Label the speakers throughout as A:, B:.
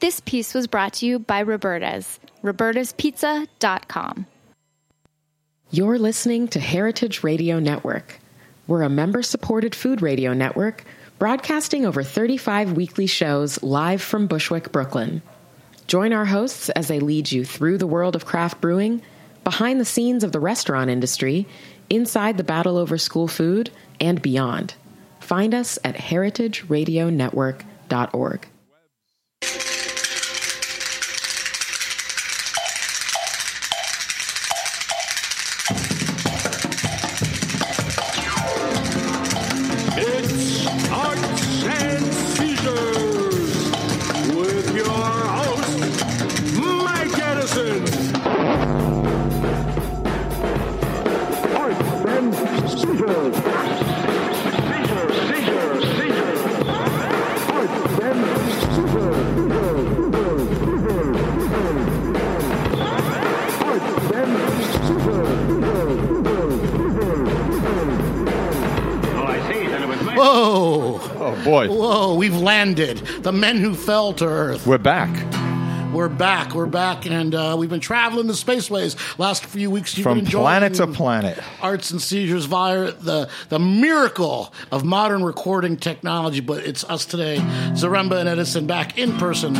A: This piece was brought to you by Roberta's, robertaspizza.com.
B: You're listening to Heritage Radio Network. We're a member supported food radio network broadcasting over 35 weekly shows live from Bushwick, Brooklyn. Join our hosts as they lead you through the world of craft brewing, behind the scenes of the restaurant industry, inside the battle over school food, and beyond. Find us at heritageradionetwork.org.
C: It's Arts and Seizures with your host, Mike Edison. Arts and Seizures. Seizures, seizures, seizures. Arts and Seizures. seizures, seizures, seizures. Arts and
D: Whoa!
E: Oh boy,
D: Whoa, we've landed. The men who fell to Earth.
E: we're back
D: We're back. We're back, and uh, we've been traveling the spaceways last few weeks. You've
E: from
D: been enjoying
E: planet to planet.
D: Arts and seizures via the the miracle of modern recording technology. But it's us today, Zaremba and Edison, back in person.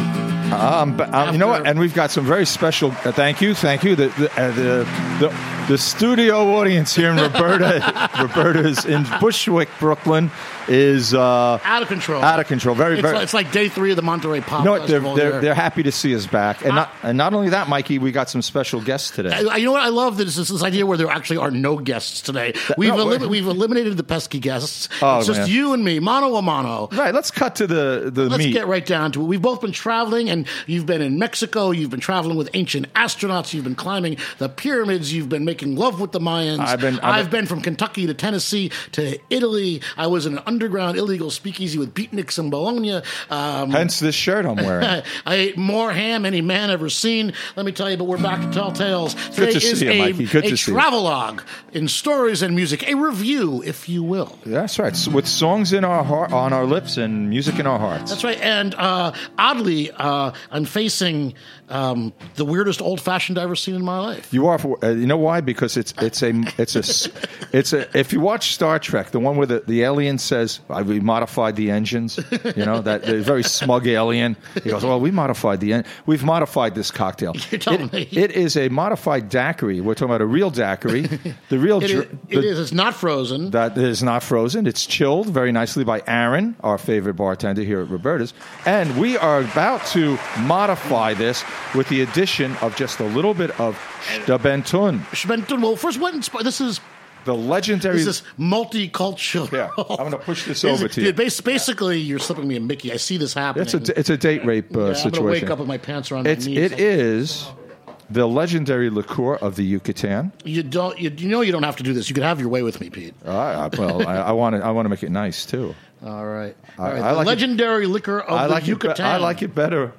E: Um, but, um, you know what? And we've got some very special. Uh, thank you, thank you. The the, uh, the the the studio audience here in Roberta, Roberta's in Bushwick, Brooklyn, is uh,
D: Out of control.
E: out of control. Very
D: It's,
E: very.
D: like, it's like day three of the Monterey Pop
E: you know what? They're,
D: Festival.
E: they're,
D: here.
E: they're happy to see us back, and not and not only that, Mikey, we got some special guests today.
D: I- you know what I love this is this idea where there actually are no guests today. We've
E: no,
D: elimi-
E: we're-
D: we've eliminated the pesky guests.
E: Oh,
D: it's just
E: man.
D: you and me, mano a mano.
E: Right, let's cut to the the
D: Let's
E: meat.
D: get right down to it. We've both been traveling, and you've been in Mexico. You've been traveling with ancient astronauts. You've been climbing the pyramids. You've been making love with the Mayans.
E: I've been- I've
D: been from Kentucky to Tennessee to Italy. I was in an underground illegal speakeasy with beatniks in Bologna. Um,
E: Hence this shirt I'm wearing.
D: I ate more ham any man ever seen. Let me tell you, but we're back to Tall Tales. Today
E: to see
D: is
E: you,
D: a,
E: Mikey. Good
D: a
E: to see you.
D: travelogue in stories and music, a review, if you will.
E: That's right. So with songs in our heart, on our lips, and music in our hearts.
D: That's right. And uh, oddly, uh, I'm facing um, the weirdest old fashioned I've ever seen in my life.
E: You are. For, uh, you know why? Because it's it's a it's a s- it's a. If you watch Star Trek, the one where the, the alien says, "I we modified the engines," you know that the very smug alien. He goes, "Well, we modified the en- we've modified this cocktail."
D: You're telling
E: it,
D: me.
E: it is a modified daiquiri. We're talking about a real daiquiri. The real
D: It is.
E: dr-
D: it
E: the-
D: is. It's not frozen.
E: that is not frozen. It's chilled very nicely by Aaron, our favorite bartender here at Roberta's. And we are about to modify this with the addition of just a little bit of Stabentun,
D: Schmenton- Well, first, what inspired this is
E: the legendary.
D: this is multicultural.
E: Yeah, I'm gonna push this
D: Is-
E: over to you.
D: yeah, bas- Basically, you're slipping me a Mickey. I see this happening.
E: it's, a, it's a date rape uh,
D: Yeah, I'm
E: situation.
D: gonna wake up and my pants are on
E: it's,
D: my
E: it
D: knees.
E: is the legendary liqueur of the Yucatan.
D: You don't. You, you know you don't have to do this. You could have your way with me, Pete.
E: I, I, well, I, I want to I want to make it nice too.
D: All right. All right.
E: I
D: the
E: like it-
D: legendary liquor of
E: I
D: the
E: like it.
D: Yucatan.
E: Be- I like it better.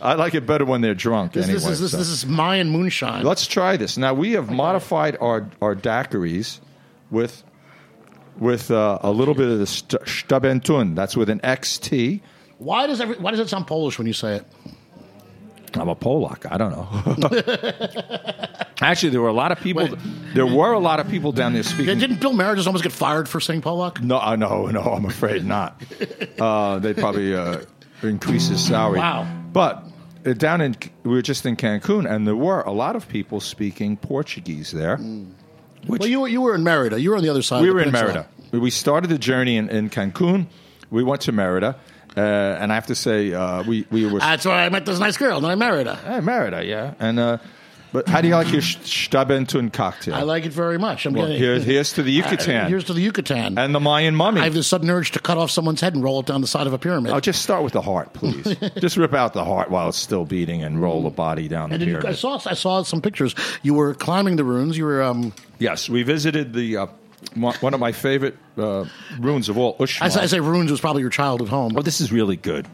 E: I like it better when they're drunk.
D: This,
E: anyway,
D: this is this,
E: so.
D: this is Mayan moonshine.
E: Let's try this. Now we have modified our our daiquiris with with uh, a little bit of the st- Stabentun. That's with an XT.
D: why does every, why does it sound Polish when you say it?
E: I'm a Polak. I don't know. Actually, there were a lot of people.
D: Wait.
E: There were a lot of people down there
D: Yeah,
E: speaking.
D: Didn't Bill Maher just almost get fired for saying Polak?
E: No, uh, no, no. I'm afraid not. Uh, they probably uh, increase his salary.
D: Wow.
E: But uh, down in we were just in Cancun, and there were a lot of people speaking Portuguese there. Which
D: Well, you were you were in Merida. You were on the other side.
E: we
D: of the
E: were in
D: Mm. peninsula.
E: Merida. We started the journey in, in Cancun. We went to Merida, uh, and I have to say, uh, we we were
D: That's where I met this nice girl. Then I married her.
E: Hey, Merida, yeah. And uh, but how do you like your Stabentun cocktail?
D: I like it very much. I'm
E: well,
D: getting
E: here's here's to the Yucatan
D: Here's to the Yucatan.
E: and the Mayan mummy.
D: I have this sudden urge to cut off someone's head and roll it down the side of a pyramid.
E: Oh, just start with the heart, please. just rip out the heart while it's still beating and roll the body down the
D: and then you, I
E: pyramid.
D: saw I saw some pictures. You were climbing the ruins. You were um,
E: Yes, we visited the uh, mo- one of my favorite uh, ruins of all, Ushmar.
D: as I say, ruins was probably your childhood home.
E: Oh, this is really good.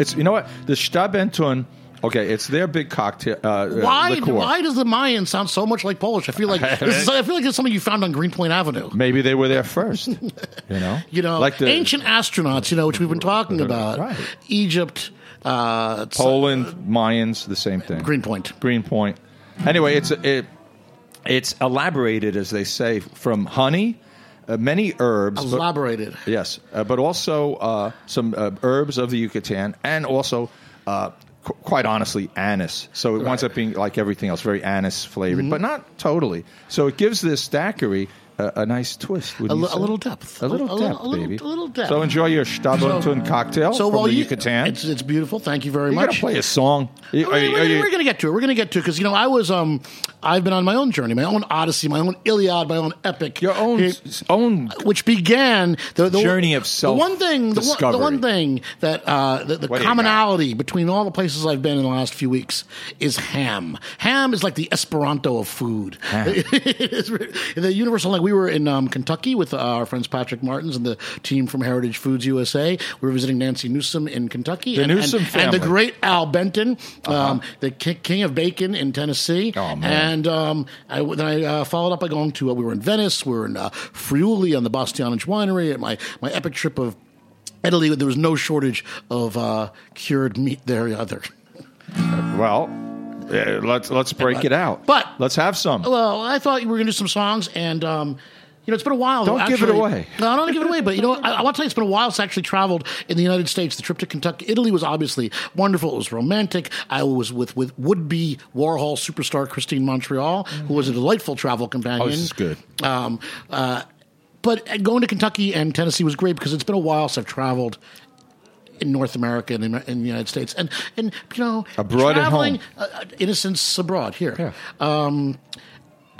E: It's you know what the Stabentun. Okay, it's their big cocktail. Uh,
D: Why?
E: Uh, liqueur.
D: Why does the Mayan sound so much like Polish? I feel like this is, I feel like it's something you found on Greenpoint Avenue.
E: Maybe they were there first. you know.
D: You know,
E: like the
D: ancient astronauts. You know, which we've been talking about.
E: Right.
D: Egypt. Uh, it's
E: Poland, Mayans, the same thing.
D: Greenpoint.
E: Greenpoint. Anyway, it's it, it's elaborated as they say from honey, uh, many herbs. but-
D: Elaborated.
E: Yes, uh, but also uh, some uh, herbs of the Yucatan, and also, uh, qu- quite honestly, anise. So it winds up being like everything else, very anise
D: Mm-hmm.
E: flavored, but not totally. So it gives this daiquiri a, a nice twist.
D: A li- a little depth.
E: a little
D: A
E: depth,
D: little- a little-
E: baby.
D: a little depth.
E: So enjoy your Stabantun cocktail
D: So
E: from
D: while
E: the
D: you,
E: Yucatan.
D: it's, it's beautiful. Thank you very
E: you gotta
D: much.
E: play a song. Are you-
D: We're,
E: are you-
D: we're-
E: are you-
D: we're gonna get to it. We're gonna get to it because you know I was um I've been on my own journey, my own odyssey, my own Iliad, my own epic,
E: your own
D: It-
E: own
D: which began the, the
E: Journey of
D: The one thing, the one, the
E: self-discovery.
D: one thing that uh, the, the
E: What do you
D: commonality between all the places I've been in the last few weeks is ham. Ham is like the Esperanto of food. It is re- the universal. Like we were in um, Kentucky with uh, our friends Patrick Martins and the team from Heritage Foods USA. We were visiting Nancy Newsom in Kentucky,
E: The
D: and, and-
E: Newsom
D: and,
E: family.
D: the great Al
E: Uh-huh.
D: Benton, um, the ki- king of bacon in Tennessee.
E: Oh, man.
D: And and um, I, then I uh, followed up by going to, uh, we were in Venice, we were in uh, Friuli on the Bastianich winery, at my, my epic trip of Italy. There was no shortage of uh, cured meat there either.
E: well. eh, Let's let's break it out.
D: but-
E: let's have some.
D: Well, I thought we were going to do some songs, and um, you know, it's been a while.
E: Don't give it
D: actually-
E: away.
D: No, I don't want to give it away, but you know, I, I want to tell you, it's been a while since I actually traveled in the United States. The trip to Kentucky, Italy was obviously wonderful. It was romantic. I was with with would be Warhol superstar Christine Montreal, who was a delightful travel companion.
E: Oh, this is good.
D: Um, uh, but going to Kentucky and Tennessee was great because it's been a while since I've traveled in North America and in, in the United States, and and you know,
E: Abroad at
D: traveling,
E: home.
D: uh, uh, innocence abroad here.
E: Yeah.
D: Um,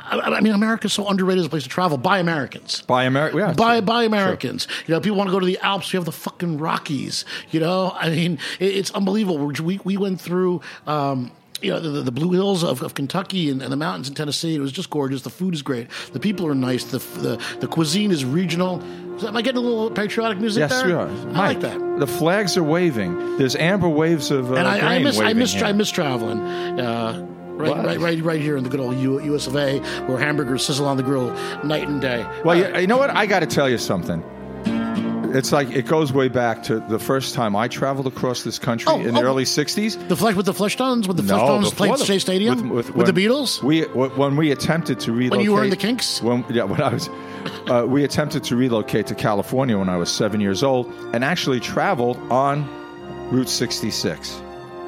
D: I, I mean, America's so underrated as a place to travel by Americans.
E: Buy America. Yeah,
D: By, by Americans, you know, people want to go to the Alps. We have the fucking Rockies. You know, I mean, it, it's unbelievable. We're- We we went through, um, you know, the, the Blue Hills of, of Kentucky and, and the mountains in Tennessee. It was just gorgeous. The food is great. The people are nice. The the, the cuisine is regional. So am I getting a little patriotic music
E: Yes,
D: there?
E: we are.
D: I
E: Mike,
D: like that.
E: The flags are waving. There's amber waves of uh,
D: and I, I
E: grain
D: miss I
E: waving
D: miss
E: here.
D: I miss traveling. Uh, right,
E: Wow.
D: right, right, right here in the good old U, US of A, where hamburgers sizzle on the grill night and day.
E: Well, you, you know what? I got to tell you something. It's like it goes way back to the first time I traveled across this country
D: Oh,
E: in the
D: oh.
E: early '60s.
D: the flesh with the flesh tones with the flesh
E: No,
D: tones
E: before
D: played
E: the-
D: Shea Stadium with, the
E: when
D: Beatles.
E: We w- when we attempted to relocate.
D: you were in the Kinks?
E: When, yeah, when I was, uh, we attempted to relocate to California when I was seven years old, and actually traveled on Route 66.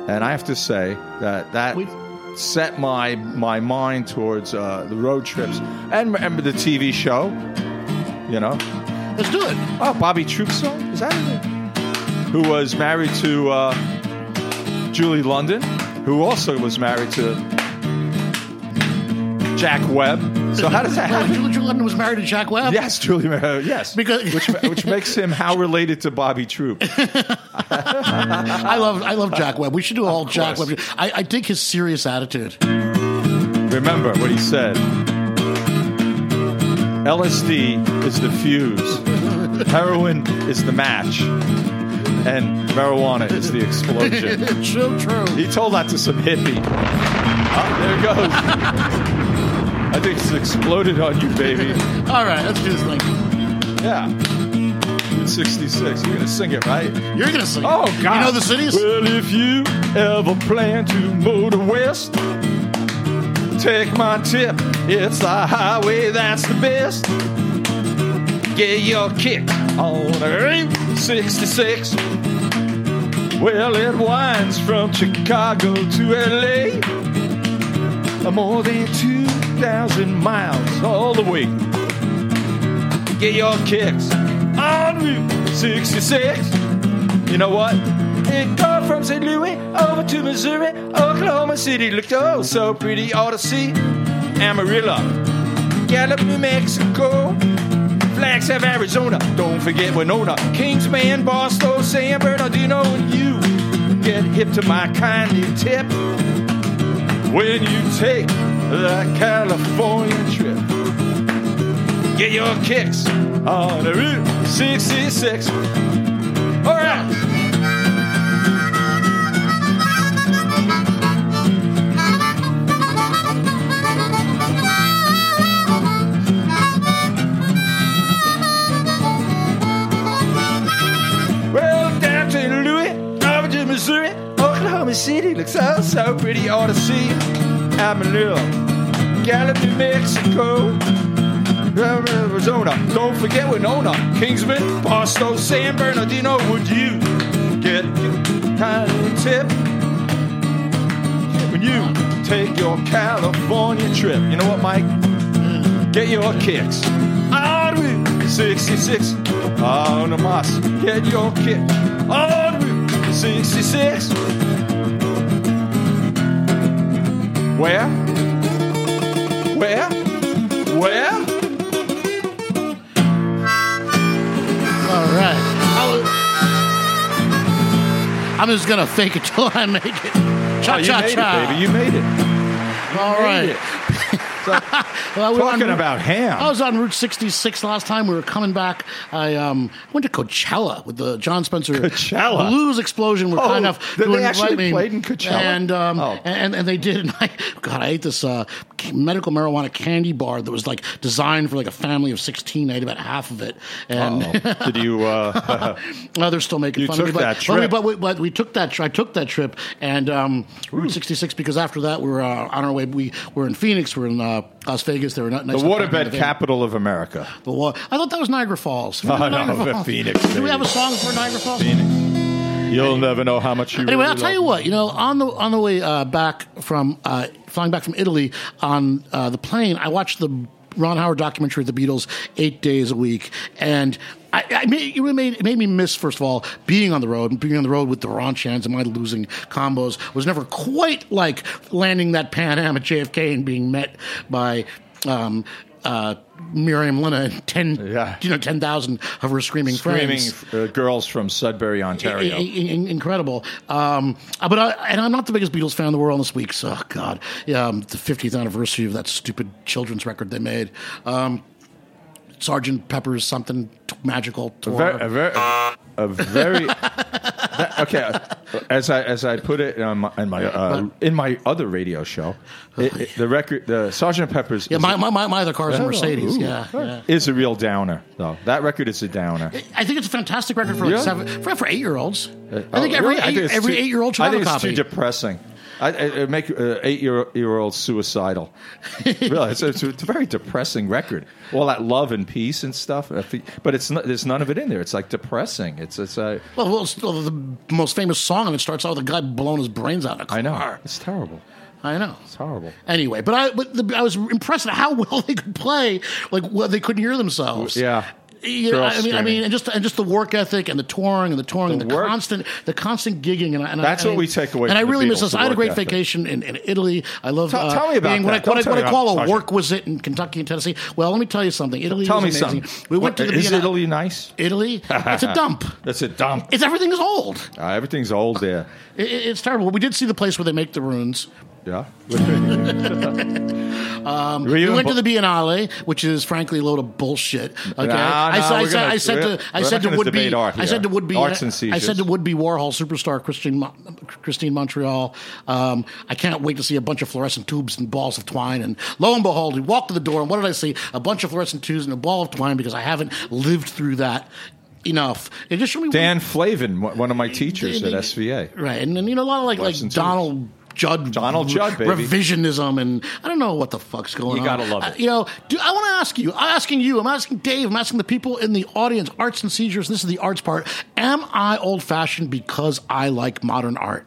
E: And I have to say that that.
D: We-
E: Set my my mind towards uh, the road trips and remember the TV show, you know.
D: Let's do it.
E: Oh, Bobby Troopsong? Is that it? Who was married to uh, Julie London, who also was married to Jack Webb. So how does that
D: Well,
E: happen?
D: Julie Drew London was married to Jack Webb.
E: Yes, Julie. Uh, yes,
D: Because-
E: which which makes him how related to Bobby Troop?
D: I love I love Jack Webb. We should do a whole Jack
E: course.
D: Webb. I, I dig his serious attitude.
E: Remember what he said. LSD is the fuse, heroin is the match, and marijuana is the explosion.
D: true, true.
E: He told that to some hippie. Oh, there it goes. I think it's exploded on you, baby.
D: All right, let's do this thing.
E: Yeah. 66. You're going to sing it, right?
D: You're gonna sing. it.
E: Oh, God.
D: You know the cities.
E: Well, if you ever plan to motor west, take my tip. It's the highway that's the best. Get your kick on Route 66. Well, it winds from Chicago to LA. More than 2,000 miles all the way. Get your kicks on Route 66. You know what? It goes from St. Louis over to Missouri. Oklahoma City looked oh so pretty. All to see Amarillo, Gallup, New Mexico, Flags of Arizona. Don't forget Winona, Kingsman, Boston, San Bernardino, and you get hip to my kind new tip when you take the California trip. Get your kicks on the Route 66. All right. Well, down to Louis, over to Missouri, City looks so, so pretty on the sea. Amarillo, Gallup, New Mexico, Arizona. Don't forget Winona, Kingsman, Pasto, San Bernardino. Would you get a tiny tip when you take your California trip? You know what, Mike? Get your kicks on Route 66. On the moss, Oh, get your kick on Route 66. Where? Where? Where?
D: All right. I was, I'm just gonna fake it till I make it. Cha
E: Oh, you
D: cha
E: made
D: cha.
E: it, baby. You made it.
D: All right.
E: it.
D: Well, we were on Oh.
E: Talking
D: Route-
E: about ham.
D: I was on Route 66 last time. We were coming back. I um, went to Coachella with the John Spencer
E: Coachella?
D: Blues Explosion. Were
E: Oh,
D: kind enough
E: they-
D: to
E: they
D: invite
E: actually
D: me.
E: played in Coachella?
D: and um,
E: Oh.
D: and and they did. And I, God, I ate this uh, medical marijuana candy bar that was like designed for like a family of 16. I ate about half of it, and
E: Uh-oh. Oh. Did you? Uh,
D: Oh, they're still making
E: You
D: fun
E: took
D: of me.
E: that
D: but, but we-
E: trip.
D: But, we, but we took that. Tri- I took that trip and um, Route 66 because after that we were uh, on our way. We were in Phoenix. We were in uh, Las Vegas. They were not
E: the
D: nice enough to have
E: waterbed
D: me
E: capital of America.
D: The wa- I thought that was Niagara Falls.
E: No,
D: Remember
E: no,
D: Niagara Falls?
E: Phoenix,
D: Do we have a
E: baby.
D: song for Niagara Falls?
E: You'll never know how much you.
D: Anyway,
E: really
D: I'll tell
E: love
D: you what. You know, on the on the way uh, back from uh, flying back from Italy on uh, the plane, I watched the Ron Howard documentary of the Beatles eight days a week, and. I, I made, it really made, it made me miss, first of all, being on the road and being on the road with the Ron Chans and my losing combos was never quite like landing that Pan Am at JFK and being met by um, uh, Miriam Lina and 10,
E: Yeah.
D: you know, 10,000 of her screaming,
E: Screaming
D: friends.
E: uh, girls from Sudbury, Ontario.
D: I- I- I- incredible. Um, uh, but I, and I'm not the biggest Beatles fan in the world this week. So oh, God, yeah, um, the 50th anniversary of that stupid children's record they made. Um, Sergeant Pepper's something t- magical tour.
E: Ver- a very, uh, a very that- okay. As I as I put it in my in my, uh, in my other radio show, it, it- the record, the Sergeant Pepper's,
D: Oh, yeah,
E: is,
D: my, my, my, my other car is a
E: Oh,
D: Mercedes.
E: ooh.
D: Yeah, yeah.
E: is a real downer though. That record is a downer.
D: I think it's a fantastic record for like
E: Yeah.
D: seven for, for eight year olds. I
E: Oh,
D: think every
E: really? I
D: eight,
E: think it's
D: every
E: too-
D: eight year old should
E: I
D: have
E: think
D: a
E: it's
D: copy.
E: too depressing. I, I, it make uh, eight year year olds suicidal. really, it's, it's, a, it's a very depressing record. All that love and peace and stuff, I think- but it's not, there's none of it in there. It's like depressing. It's it's uh,
D: well, well, it's still the most famous song and it starts out with a guy blowing his brains out. In a car.
E: I know it's terrible.
D: I know.
E: It's horrible.
D: Anyway, but I but the, I was impressed at how well they could play. Like well, they couldn't hear themselves.
E: Yeah.
D: You know,
E: They're all
D: I mean, I mean,
E: screaming.
D: and just and just the work ethic and the touring and the touring and the
E: work-
D: constant the constant gigging and, I- and I-
E: That's
D: I
E: what
D: mean-
E: we take away
D: And I
E: from the
D: really miss
E: Beatles,
D: this.
E: the
D: I had a
E: work
D: great
E: ethic.
D: vacation in, in Italy. I love.
E: Tell-
D: uh,
E: tell me about
D: being what
E: that.
D: I, what,
E: Don't
D: I, what
E: tell
D: I
E: me
D: call
E: about
D: a
E: Sasha.
D: workwizard in Kentucky and Tennessee. Well, let me tell you something. Italy.
E: Tell
D: was
E: me
D: amazing.
E: something.
D: We went to
E: What-
D: the
E: is
D: Biennale-
E: Italy nice?
D: Italy. It's a dump.
E: That's a dump.
D: It's everything is old.
E: Uh, everything's old there.
D: It, it- it's terrible. We did see the place where they make the runes.
E: Yeah. Were you
D: Um, we
E: in
D: went
E: Bo-
D: to the Biennale, which is frankly a load of bullshit. Okay,
E: no,
D: I, said- I
E: we're
D: said,
E: gonna-
D: I said
E: we're-
D: to I
E: we're
D: said
E: not
D: to
E: gonna
D: would be
E: debate art
D: I said
E: here.
D: to would be
E: Arts and
D: I
E: seizures.
D: said to would be Warhol superstar Christine Mo- Christine Montreal. Um, I can't wait to see a bunch of fluorescent tubes and balls of twine. And lo and behold, we walked to the door, and what did I see? A bunch of fluorescent tubes and a ball of twine because I haven't lived through that enough. It just showed me
E: Dan Flavin, one one of my teachers at SVA.
D: Right, and then you know a lot of like
E: Less
D: like
E: than two.
D: Donald Judd,
E: Donald Judd, baby.
D: revisionism, and I don't know what the fuck's going
E: You
D: on.
E: gotta love it.
D: I- you know, do, I want to ask you. I'm asking you. I'm asking Dave. I'm asking the people in the audience. Arts and seizures. This is the arts part. Am I old fashioned because I like modern art?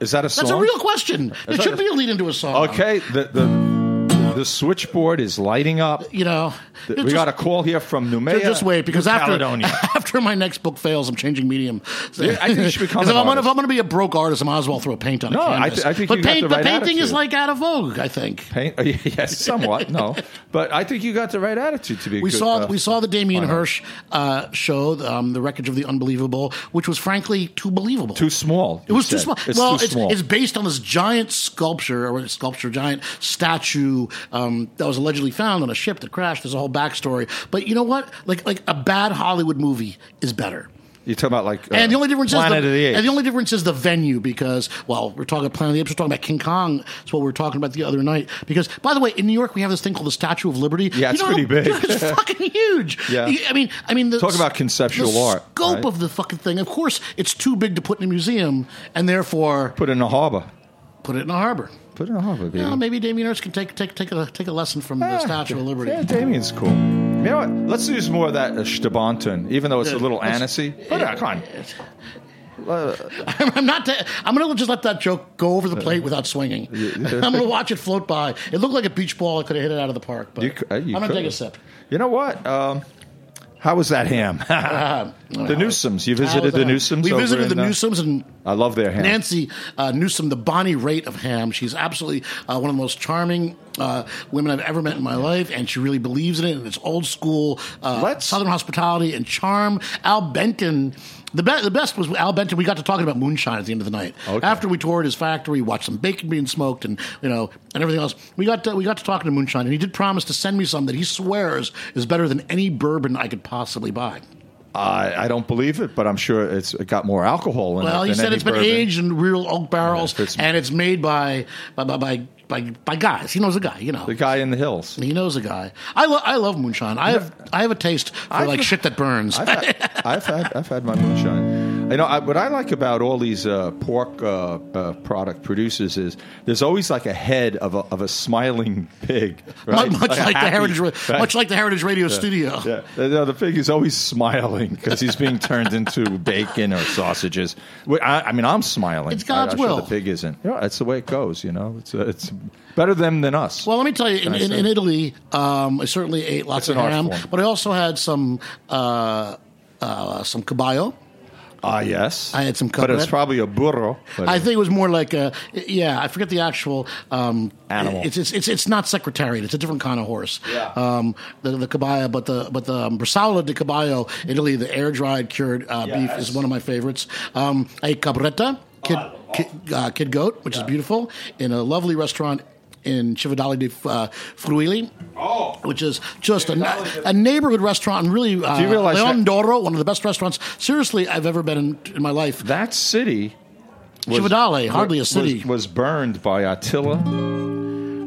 E: Is that a song?
D: That's a real question. It
E: that-
D: should be a lead into a song.
E: Okay. The the the switchboard is lighting up.
D: you know,
E: We
D: just-
E: got a call here from Noumea.
D: just wait because
E: New
D: after
E: Caledonia.
D: after my next book fails, I'm changing medium. So-
E: Yeah, I think you should become
D: 'Cause if
E: an
D: I'm gonna, if
E: artist.
D: I'm gonna be a broke artist, I might as well throw paint on.
E: No,
D: a
E: I
D: canvas.
E: th- I think
D: but
E: you got
D: paint,
E: the
D: but
E: right
D: painting is
E: attitude.
D: like out of vogue. I think.
E: paint, yes, somewhat. No, but I think you got the right attitude to be. a
D: We
E: good,
D: saw
E: uh,
D: we saw the Damien
E: fine artist.
D: Hirsch uh, show, um, the wreckage of the unbelievable, which was frankly too believable.
E: too small.
D: It
E: you
D: was too
E: said.
D: small.
E: It's
D: well,
E: too
D: it's,
E: small.
D: it's based on this giant sculpture or sculpture, giant statue um, that was allegedly found on a ship that crashed. There's a whole backstory, but you know what? Like like a bad Hollywood movie is better.
E: You're talking about like uh,
D: And the only difference
E: Planet
D: is the,
E: of the Apes.
D: and the only difference is the venue because well we're talking Planet of the Apes we're talking about King Kong that's what we were talking about the other night because by the way in New York we have this thing called the Statue of Liberty
E: Yeah, it's
D: how-
E: pretty big.
D: it's fucking huge
E: Yeah.
D: You- I mean I mean the,
E: Talk about
D: s-
E: conceptual
D: the
E: art,
D: scope
E: right?
D: of the fucking thing of course it's too big to put in a museum and therefore
E: put it in a harbor.
D: put it in a harbor
E: Put it in a harbor, baby.
D: Well, maybe Damien Hirst can take take take a take a lesson from the
E: Ah,
D: Statue of Liberty
E: Yeah, Damien's cool. You know what? Let's use more of that uh, Stabanton, even though it's a
D: Yeah,
E: little
D: let's-
E: anise. Put it, come on.
D: I'm not. Ta- I'm gonna just let that joke go over the plate without swinging. I'm gonna watch it float by. It looked like a beach ball. I could have hit it out of the park, but
E: You c- uh, you
D: I'm gonna
E: could.
D: take a sip.
E: You know what? Um, how was that ham?
D: Um,
E: the Newsoms. You visited the
D: How's that?
E: Newsoms.
D: We
E: over
D: visited
E: in,
D: the
E: uh,
D: Newsoms and.
E: I love their ham.
D: Nancy uh, Newsom, the Bonnie Raitt of ham. She's absolutely uh, one of the most charming uh, women I've ever met in my life, and she really believes in it. And it's old school uh,
E: Let's-
D: Southern hospitality and charm. Al Benton. The, be- the best was Al Benton. We got to talking about moonshine at the end of the night.
E: Okay.
D: After we toured his factory, watched some bacon being smoked, and you know, and everything else. We got to, we got to talking to moonshine, and he did promise to send me some that he swears is better than any bourbon I could possibly buy.
E: I, I don't believe it, but I'm sure it's it got more alcohol in it.
D: Well, he
E: than
D: said
E: any
D: it's been
E: bourbon.
D: aged in real oak barrels,
E: Yeah, if it's-
D: and it's made by by, by by by by guys. He knows a guy, you know.
E: The guy in the hills.
D: He knows a guy. I lo- I love moonshine. I have I have a taste for
E: I've-
D: like shit that burns.
E: I've had, I've had I've had my moonshine. You know I, what I like about all these uh, pork uh, uh, product producers is there's always like a head of a, of a smiling pig, right?
D: Much
E: a
D: like the
E: happy-
D: heritage, Ra-
E: right?
D: much like the heritage radio studio.
E: Yeah, the, the- the pig is always smiling because he's being turned into bacon or sausages. Wait, I, I mean, I'm smiling.
D: It's God's
E: I, I'm sure
D: will.
E: the pig isn't. Yeah, that's the way it goes. You know, it's uh, it's better them than us.
D: Well, let me tell you, in,
E: I
D: in,
E: say?
D: in Italy, um, I certainly ate lots
E: It's an
D: of
E: art
D: ham,
E: form.
D: but I also had some uh, uh, some caballo.
E: ah, yes,
D: I had some
E: but it's
D: coconut.
E: probably a burro. but
D: I think it was more like a yeah. I forget the actual um,
E: Animal.
D: It's, it's it's it's not secretariat. It's a different kind of horse.
E: Yeah.
D: Um, the the caballo, but the but the um, Brisala di Caballo, Italy, the air dried cured uh, beef
E: Yes. Oh,
D: is one of my favorites. Um, I ate cabretta, kid kid, uh, kid goat, which is beautiful, in a lovely restaurant in Civitale di uh, Friuli.
E: Oh.
D: which is just a, a neighborhood restaurant, and really uh,
E: Do you realize
D: Leon
E: that-
D: Doro, one of the best restaurants. Seriously, I've ever been in, in my life.
E: that city. was-
D: Civitale, hardly a
E: was-
D: city.
E: was, burned by Attila.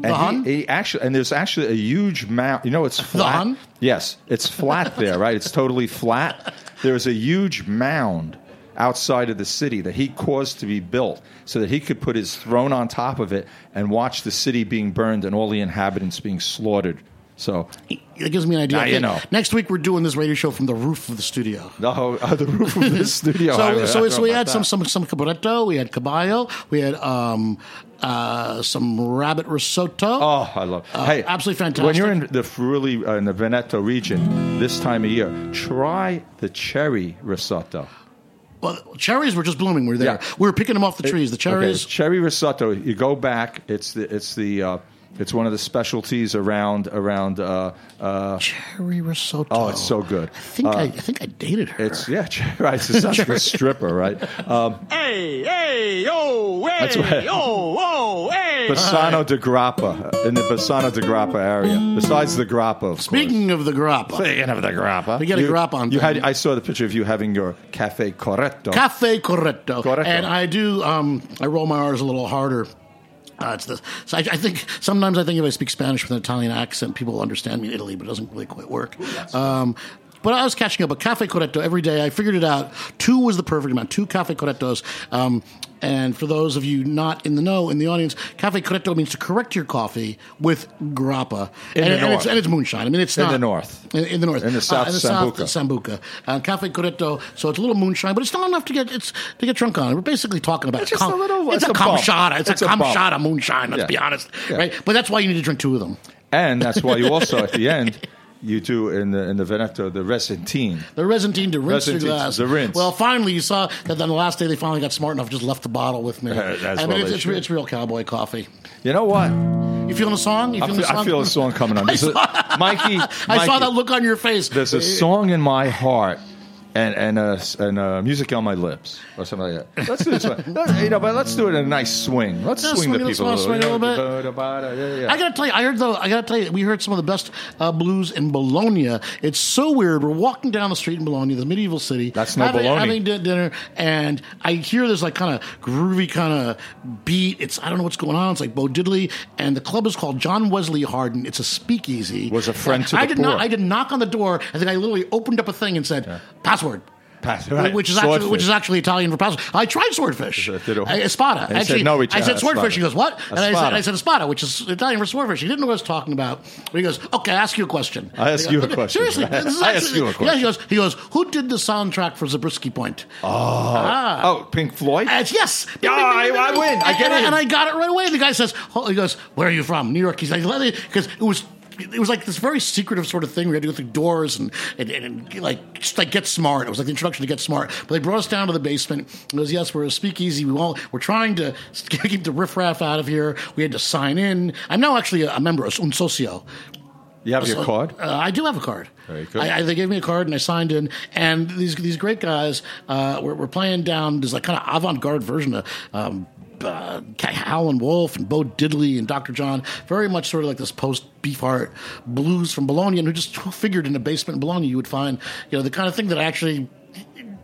E: And
D: Hun?
E: He, he actually, and there's actually a huge mound. You know, it's flat.
D: Hun?
E: Yes, it's flat there, right? It's totally flat. There's a huge mound outside of the city that he caused to be built so that he could put his throne on top of it and watch the city being burned and all the inhabitants being slaughtered. So,
D: It gives me an idea.
E: Now
D: I
E: you
D: think
E: know.
D: Next week we're doing this radio show from the roof of the studio.
E: the, whole, uh, the roof of this studio. I-
D: So,
E: I
D: so,
E: don't
D: so
E: know
D: we
E: about
D: had some
E: that.
D: some some cabaretto, we had caballo, we had um, uh, some rabbit risotto.
E: Oh, I love. hey,
D: Uh, absolutely
E: When
D: fantastic.
E: you're in the Friuli uh, in the Veneto region this time of year, try the cherry risotto.
D: Well, cherries were just blooming. We were there.
E: Yeah.
D: We were picking them off the trees. The cherries.
E: Okay, cherry risotto. You go back. It's the it's the uh, it's one of the specialties around around. Uh, uh,
D: Cherry risotto.
E: oh, it's so good.
D: I
E: Uh,
D: think I, I think I dated her.
E: It's yeah, ch- right. It's sounds like a stripper, right? Um,
F: Hey, hey, yo, hey,
E: That's right.
F: yo, whoa, hey.
E: Bassano de Grappa in the Bassano de Grappa area. Besides the Grappa, of course.
D: Speaking of the grappa,
E: Speaking of the grappa,
D: We got a
E: you,
D: grappa on
E: You had,
D: thing.
E: I saw the picture of you having your cafe corretto.
D: cafe corretto.
E: Corretto.
D: and I do. Um, I roll my R's a little harder. Uh, it's the, so I, I think sometimes I think if I speak Spanish with an Italian accent, people will understand me in Italy, but it doesn't really quite work.
E: Oh,
D: Um, but I was catching up a cafe corretto every day. I figured it out. Two was the perfect amount. Two cafe correttos. Um, and for those of you not in the know in the audience, cafe corretto means to correct your coffee with grappa.
E: In
D: and,
E: the
D: and
E: north.
D: It's, and it's moonshine. I mean, it's
E: In
D: not
E: the north.
D: In, in the north.
E: In the south,
D: Uh, in the
E: sambuca.
D: south, sambuca. Uh, cafe corretto. So it's a little moonshine, but it's not enough to get it's to get drunk on. We're basically talking about
E: It's just a little-
D: It's,
E: it's
D: a,
E: a bump.
D: kamshada. It's,
E: It's
D: a
E: a bump.
D: kamshada moonshine. Let's
E: Yeah.
D: be honest,
E: Yeah.
D: right? But that's why you need to drink two of them.
E: And that's why you also at the end you do in the in the Veneto the Resentine.
D: The Resentine to rinse
E: Resentine,
D: your glass.
E: the rinse.
D: Well, finally, you saw that on the last day they finally got smart enough, just left the bottle with me.
E: That's
D: I
E: what
D: mean,
E: they
D: it's, it's,
E: should.
D: it's real cowboy coffee.
E: You know what?
D: You feeling the song? You
E: I
D: feeling
E: feel,
D: the song?
E: I feel a song coming on. There's a- Mikey,
D: I saw
E: Mikey,
D: that look on your face.
E: There's a song in my heart and and uh, s- and uh, music on my lips or something like that. Let's do this one, you know, but let's do it in a nice swing. Let's
D: Yeah,
E: swing the
D: swing it,
E: people
D: let's swing it a little
E: Yeah, yeah.
D: I gotta tell you, I heard though. I gotta tell you, we heard some of the best uh, blues in Bologna. It's so weird. We're walking down the street in Bologna, the medieval city.
E: That's no
D: having,
E: baloney.
D: Having di- dinner, and I hear this like kind of groovy kind of beat. It's I don't know what's going on. It's like Bo Diddley, and the club is called John Wesley Hardin. It's a speakeasy.
E: Was a friend to
D: I
E: the
D: did
E: poor.
D: not. I did knock on the door, and then I literally opened up a thing and said, "Password."
E: Pass- right.
D: Which is
E: Swordfish.
D: actually which is actually Italian for password. I tried swordfish.
E: Is that- did it-
D: I- Espada.
E: And he said,
D: actually,
E: "No, it's,
D: I
E: uh,
D: said swordfish.
E: Espada."
D: He goes, "What?" And I said,
E: Espada.
D: I said espada, which is Italian for swordfish. He didn't know what I was talking about. But he goes, "Okay, I ask you a question."
E: I ask
D: I go,
E: you a
D: "Okay,
E: question."
D: Seriously, this is
E: I
D: actually-
E: ask you a
D: Yeah,
E: question.
D: he goes. He goes. Who did the soundtrack for Zabriskie Point? Ah.
E: oh, Pink Floyd.
D: And it's yes.
E: Yeah, I- I win. I get
D: and,
E: in.
D: And I got it right away. The guy says, oh, he goes, where are you from? New York. He's like, because it was. It was like this very secretive sort of thing. We had to go through doors and, and, and, and, like just like get smart. It was like the introduction to get smart. But they brought us down to the basement. It was yes, we're a speakeasy. We all we're trying to keep the riffraff out of here. We had to sign in. I'm now actually a, a member, of un socio.
E: you have your card.
D: Uh, I do have a card.
E: Very good.
D: I, I, they gave me a card and I signed in. And these these great guys uh, were, were playing down this like kind of avant garde version of. Um, uh, Howlin' Wolf and Bo Diddley and Dr. John, very much sort of like this post Beefheart blues from Bologna, and who just figured in a basement in Bologna you would find, you know, the kind of thing that I actually,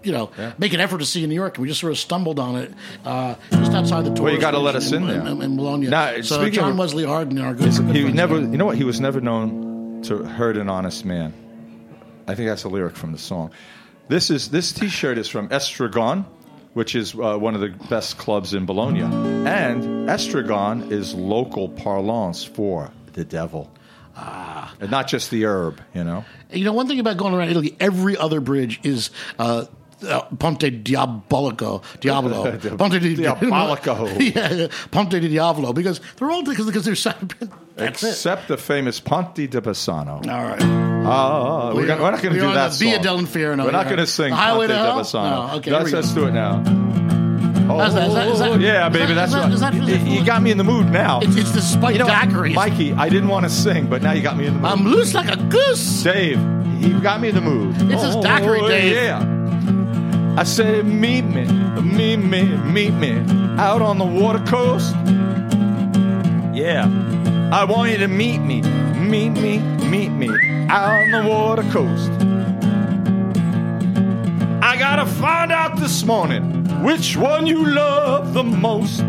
D: you know, make an effort to see in New York. And we just sort of stumbled on it uh, just outside the tour.
E: Well, you gotta let us in
D: in,
E: there.
D: in, Bologna.
E: Now,
D: so
E: speaking
D: John
E: of-
D: Wesley Hardin, our good, good
E: He
D: friend,
E: never, you know what? He was never known to hurt an honest man. I think that's a lyric from the song. This is this T-shirt is from Estragon, which is uh, one of the best clubs in Bologna, and Estragon is local parlance for the devil, Ah. and not just the herb. You know,
D: You know, one thing about going around Italy, every other bridge is. Uh, uh, Ponte Diabolico, Diablo, Ponte di-
E: Diabolico.
D: yeah, Ponte di Diablo, because they're all because because they're Sacramento. That's it.
E: except the famous Ponte di
D: All
E: Bassano.
D: right,
E: Ah, we're,
D: We
E: gonna,
D: are-
E: we're not going
D: we
E: to do
D: are
E: that.
D: the Via
E: song.
D: del Inferno,
E: We're not
D: yeah.
E: going to sing
D: The Highway
E: Ponte
D: to
E: di
D: Hell?
E: Bassano.
D: No, okay,
E: let's,
D: here we
E: let's do it now. Oh,
D: How's that? Is that- is that-
E: yeah,
D: is
E: baby,
D: that-
E: that's
D: is that-
E: right.
D: is that really
E: You- you,
D: cool?
E: got me in the mood now.
D: it's, it's the spike
E: you know,
D: daiquiri.
E: Mikey, I didn't want to sing, but now you got me in the mood.
D: I'm loose like a goose.
E: Dave, you got me in the mood.
D: This is daiquiri, Dave.
E: Yeah. I said, meet me, meet me, meet me out on the water coast. Yeah. I want you to meet me, meet me, meet me out on the water coast. I gotta find out this morning which one you love the most.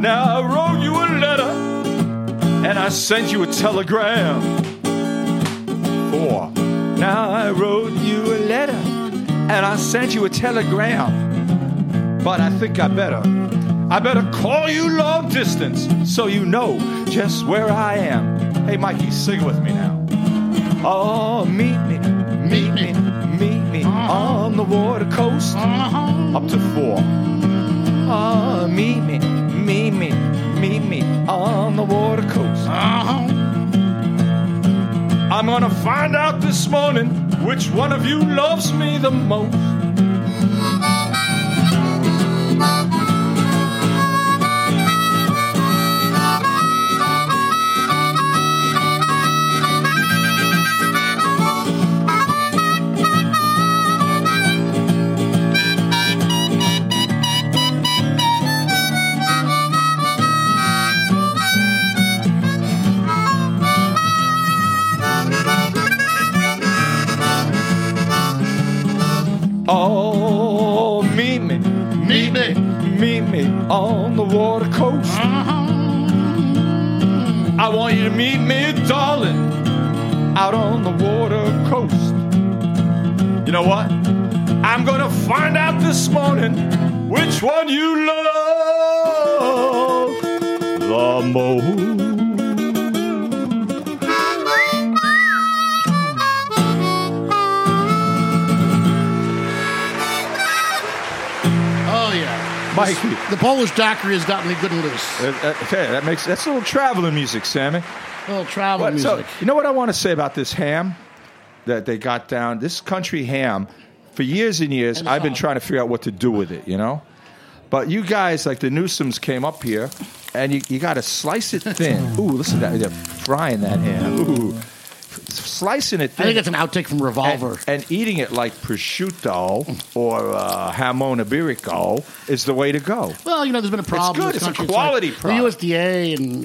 E: Now I wrote you a letter and I sent you a telegram. Four. Now I wrote you a letter and I sent you a telegram. But I think I better. I better call you long distance so you know just where I am. Hey, Mikey, sing with me now. Oh, meet me, meet me, meet me on the water coast up to four. Oh, meet me, meet me, meet me on the water coast. Uh-huh. I'm gonna find out this morning which one of you loves me the most. Oh, meet me,
D: Meet me.
E: meet me on the water coast. I want you to meet me, darling, out on the water coast. You know what? I'm gonna find out this morning which one you love the most.
D: Oh yeah.
E: Mikey.
D: The Polish daiquiri has gotten me good and loose.
E: Uh, uh, Okay, that makes that's a little traveling music, Sammy.
D: A little travel
E: But, so
D: music.
E: you know what I want to say about this ham that they got down. This country ham, for years and years, I've been trying to figure out what to do with it. You know, but you guys like the Newsoms came up here, and you, you got to slice it thin. Ooh, listen to that! They're frying that ham. Ooh, slicing it
D: I
E: thin.
D: think it's an outtake from Revolver.
E: and, and eating it like prosciutto or uh, jamon iberico is the way to go.
D: Well, you know, there's been a problem.
E: good.
D: in this
E: It's a
D: country.
E: quality
D: like
E: product.
D: The USDA and uh,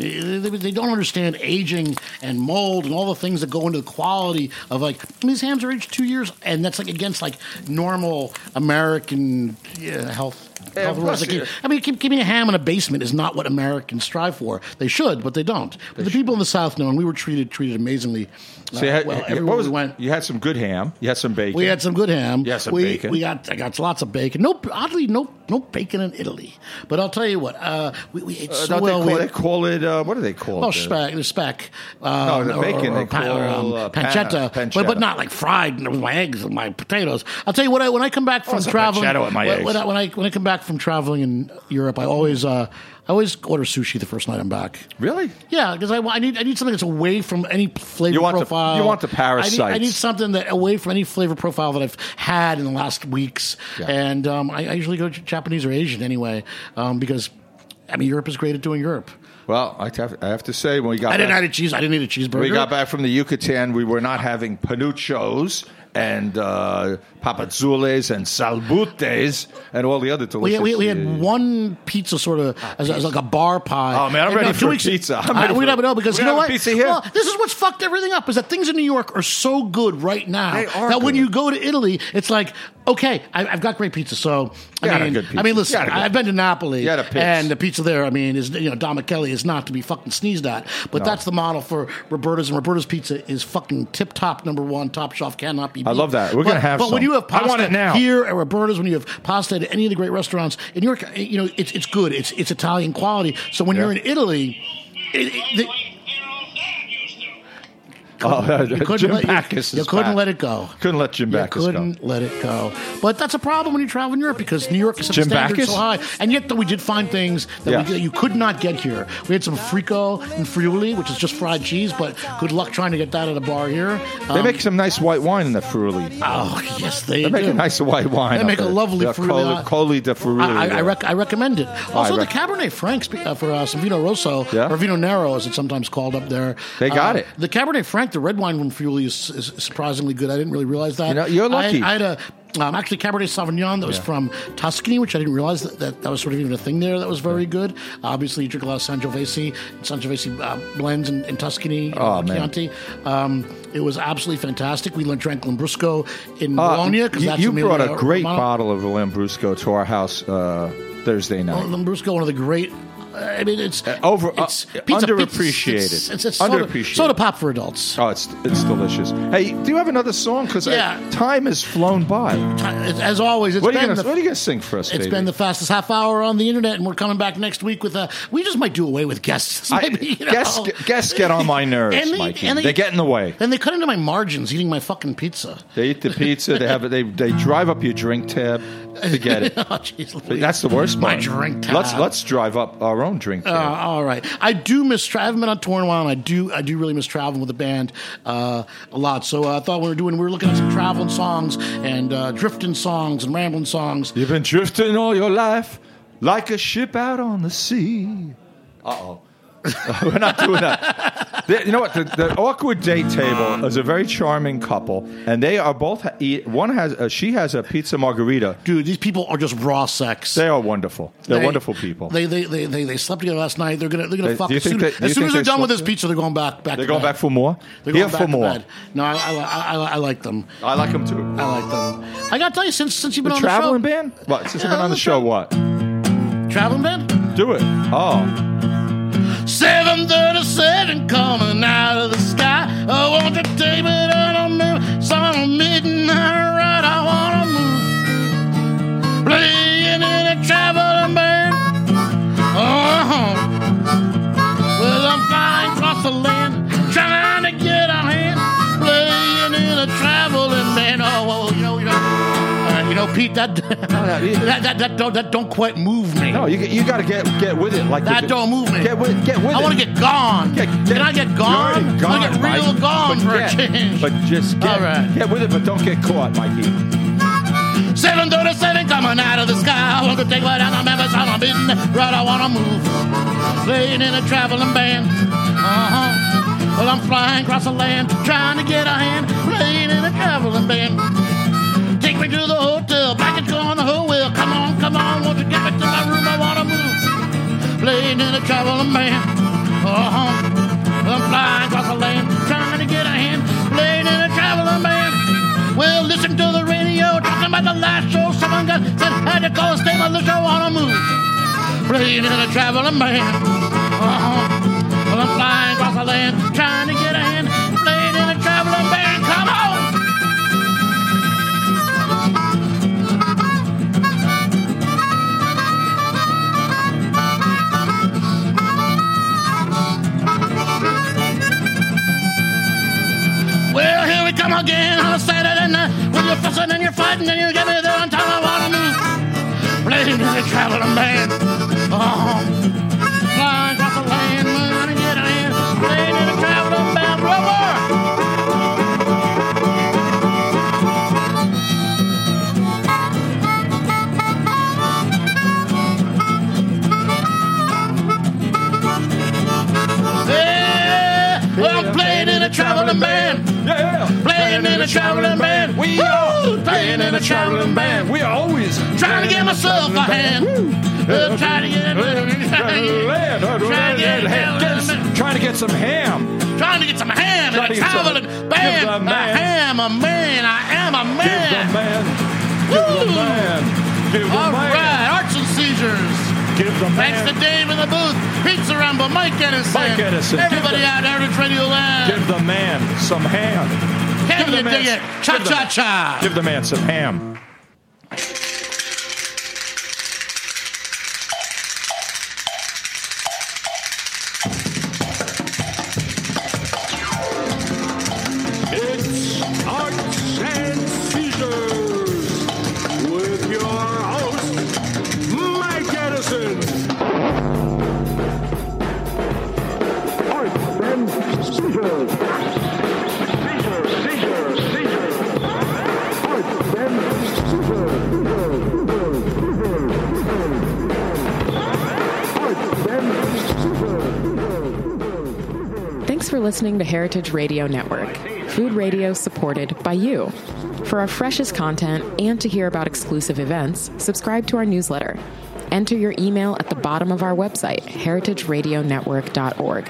D: they, they don't understand aging and mold and all the things that go into the quality of like these hams are aged two years, and that's like against like normal American yeah, health.
E: Yeah,
D: health rules.
E: plus,
D: Like,
E: yeah.
D: I mean, keep, keeping a ham in a basement is not what Americans strive for. They should, but they don't. But the people in the South know, and we were treated treated amazingly. uh,
E: So you had,
D: well,
E: what
D: everywhere
E: was-
D: we went.
E: you had some good ham. You had some bacon.
D: We had some good ham.
E: Yeah, some
D: we,
E: bacon.
D: We got I got lots of bacon. No, oddly, no no bacon in Italy. But I'll tell you what, uh, we, we ate
E: Uh,
D: so
E: don't
D: well.
E: they, call,
D: we,
E: they call it uh, what do they call
D: oh,
E: it? The-
D: speck, speck. Uh,
E: No, the bacon they
D: pa- um,
E: call, uh, pan-
D: pancetta,
E: pancetta.
D: But, but not like fried and with my eggs and my potatoes. I'll tell you what. I, when I come back from
E: Oh, it's a
D: traveling,
E: pancetta with my
D: when,
E: eggs.
D: when I, when I when I come back from traveling in Europe, I always uh, I always order sushi the first night I'm back.
E: Really?
D: Yeah, because I, wa- I need I need something that's away from any p- flavor
E: You want the-
D: profile.
E: you want the parasites.
D: I need, I need something that away from any flavor profile that I've had in the last weeks.
E: Yeah.
D: And um, I, I usually go to Japanese or Asian anyway, um, because I mean Europe is great at doing Europe.
E: Well, I have, I have to say when we got
D: I didn't
E: back,
D: add a cheese. I didn't eat a cheeseburger.
E: we got back from the Yucatan, we were not having panuchos and uh, papazules and salbutes and all the other
D: We,
E: delicious.
D: we, we
E: uh,
D: had one pizza sort of as, as like a bar pie.
E: Ah, Oh, man, I'm
D: And
E: ready
D: no,
E: for
D: two weeks-
E: pizza. I'm
D: I-
E: ready
D: we
E: for-
D: never know because you
E: We're
D: know
E: having
D: what?
E: pizza here.
D: Well, this is what's fucked everything up is that things in New York are so good right now
E: They are
D: that when
E: good.
D: you go to Italy, it's like okay, I, I've got great pizza. So I
E: You had a
D: mean,
E: good
D: I
E: pizza.
D: mean, listen,
E: You had a good-
D: I've been to Napoli
E: You had a pizza.
D: and the pizza there. I mean, is you know, Domichelli is not to be fucking sneezed at, but that's the model for Roberta's, and Roberta's pizza is fucking tip top number one, top shelf, cannot be.
E: I love
D: beat.
E: that. We're gonna
D: But-
E: have
D: But when
E: some.
D: you have
E: I
D: pasta
E: want it now.
D: here here at Roberta's, when you have pasta at any of the great restaurants in New York, you know it's it's good. It's it's Italian quality. So when
E: Yeah.
D: you're in Italy, it, it, the,
E: oh,
D: you couldn't
E: Jim
D: let
E: Backus
D: you, you
E: is
D: couldn't
E: back.
D: let it go.
E: Couldn't let Jim
D: You
E: Backus go.
D: couldn't let it go. But that's a problem when you travel in Europe because New York is set the
E: Jim
D: standard
E: Backus?
D: so high. And yet, though, we did find things that,
E: Yeah.
D: we, that you could not get here. We had some frico and friuli, which is just fried cheese, but good luck trying to get that at a bar here.
E: They
D: Um,
E: make some nice white wine in the Friuli.
D: oh, yes, they,
E: They make
D: do.
E: a nice white wine.
D: They
E: up
D: make a
E: there.
D: lovely
E: The
D: Friuli.
E: Colli- Colli de Friuli.
D: I, I, I,
E: yeah.
D: rec- I recommend it. Also,
E: rec-
D: the Cabernet Franc spe- uh, for uh, some Vino Rosso
E: Yeah.
D: or Vino Nero, as it's sometimes called up there.
E: They got
D: Uh,
E: it.
D: The Cabernet Franc, the red wine from Friuli, is, is surprisingly good. I didn't really realize that.
E: You know, you're
D: I-
E: lucky.
D: I, had a um, actually Cabernet Sauvignon that was
E: Yeah.
D: from Tuscany, which I didn't realize that, that that was sort of even a thing there. That was very good. Obviously, you drink a lot of Sangiovese, Sangiovese uh, blends in, in Tuscany, you know,
E: Oh, man.
D: Chianti. Um, it was absolutely fantastic. We drank Lambrusco in
E: Uh,
D: Bologna because
E: you-
D: that's
E: you brought a
D: Emilia
E: great
D: Romagna.
E: bottle of Lambrusco to our house uh, Thursday night.
D: Lambrusco, one of the great. I mean, it's
E: over-
D: it's
E: uh,
D: pizza,
E: underappreciated.
D: Pizza, it's, it's, it's soda-
E: Underappreciated.
D: Soda pop for adults.
E: Oh, it's it's delicious. Hey, do you have another song? Because
D: Yeah.
E: time has flown by.
D: As always, it's
E: What are, you
D: been
E: gonna,
D: the,
E: what are you gonna sing for us?
D: it's
E: baby?
D: been the fastest half hour on the internet, and we're coming back next week with a. We just might do away with guests.
E: I-
D: Maybe, you know?
E: guests, guests get on my nerves,
D: And they-
E: Mikey.
D: and
E: they, get in the way.
D: And they cut into my margins eating my fucking pizza.
E: They eat the pizza. They have they they drive up your drink tab to get it.
D: oh, jeez, Louise.
E: That's the worst
D: My
E: part.
D: drink tab.
E: Let's let's drive up our own drink tab.
D: Uh, all right, I do miss. Tra- I haven't been on tour in a while, and I do. I do really miss traveling with the band uh, a lot. So uh, I thought we were doing. We were looking at some traveling songs and uh, drifting songs and rambling songs.
E: You've been drifting all your life like a ship out on the sea. Uh oh. We're not doing that. The- you know what? The, the awkward date table is a very charming couple, and they are both. ha- eat- One has uh, she has a pizza margarita.
D: Dude, these people are just raw sex.
E: They are wonderful. They're
D: They-
E: wonderful people. They,
D: They they, they they they slept together last night. They're gonna they're gonna
E: They-
D: fuck
E: do you
D: as soon,
E: think they- do you
D: as, soon as
E: think
D: they're
E: they
D: done with
E: slept
D: this pizza. They're going back back.
E: are
D: to
E: going
D: bed.
E: back for more.
D: They're
E: Here
D: going back
E: for
D: to
E: more.
D: bed. No, I, I, I, I, I like them.
E: I like them too.
D: I like them. I gotta tell you, since since you've been
E: The
D: on
E: traveling
D: the show,
E: band. What? Since I've
D: Yeah,
E: been on the
D: let's
E: show,
D: go.
E: what?
D: traveling band.
E: Do it. Oh,
D: 737 coming out of the sky. I want to take it out on me. It's on a midnight ride. I want to move. Playing in a traveling band. Uh-huh. Well, I'm flying across the land, trying to get a hand. Playing in a traveling band. Oh, well, you know, you know. All right, you know, know, Pete, that that, that that don't that don't quite move me.
E: No, you you got to get get with it. Like
D: that
E: we do.
D: don't move me.
E: Get with get with
D: I
E: it.
D: want to get gone.
E: Get- get-
D: Can I get
E: you're
D: gone?
E: already
D: I want to get
E: Mike.
D: real gone
E: But
D: for
E: get-
D: a change.
E: But just get,
D: All right.
E: get with it, but don't get caught, Mikey.
D: Seven thirty seven coming out of the sky. I want to take what I'm members I'm a bitten. Right, I wanna move. Playing in a traveling band. Uh-huh. Well I'm flying across the land, trying to get a hand, playing in a traveling band. Take me to the hotel, back and go on the whole wheel. Come on, come on, won't you get me to my room? I wanna move. Playing in a traveling band. Uh-huh. Well, I'm flying across the land, trying to get a hand. Playing in a traveling band. Well, listen to the radio, talking about the last show. Someone got said, had to call a statement, the show wanna move. Playing in a traveling band. Uh-huh. Well, I'm flying across the land, trying to get a hand. Playing in a traveling band. Come on! Well, here we come again on a Saturday night. When you're fussing and you're fighting and you get me there on time, I wanna move. Blazing to the traveling band. Oh, flying across the land, running get it in. Blazing to the traveling band. One more. Yeah, well, I'm playing in a traveling band.
E: Yeah.
D: Playing in a traveling band.
E: We are
D: Woo! Playing in a traveling band.
E: We are always
D: Trying to give myself a hand. Uh, Trying to get
E: Land, uh,
D: Trying to get
E: land, get
D: it.
E: some- Trying to get some ham.
D: Trying to get some ham
E: Trying
D: and
E: to
D: a
E: get some-
D: traveling
E: give
D: band.
E: the man.
D: I am a man. I am a
E: Give the
D: man.
E: man. Give the
D: Woo!
E: man. Give the
D: All
E: man.
D: right, arts and seizures.
E: Give the
D: Thanks to
E: man.
D: Dave in the booth, Pizza Rumble, Mike Edison,
E: Mike Edison.
D: everybody out there at Radio Land.
E: Give the man some ham.
D: Can
E: give
D: you
E: the
D: dig
E: man-
D: it? Cha
E: give the-
D: cha cha.
E: Give the man some ham.
C: It's Arts and Seizures with your host, Mike Edison. Arts and Seizures. Seizures, seizures, seizures. Arts and Seizures. seizures, seizures, seizures. Arts and seizures, seizures, seizures.
B: Thanks for listening to Heritage Radio Network, food radio supported by you. For our freshest content and to hear about exclusive events, subscribe to our newsletter. Enter your email at the bottom of our website, heritageradionetwork.org.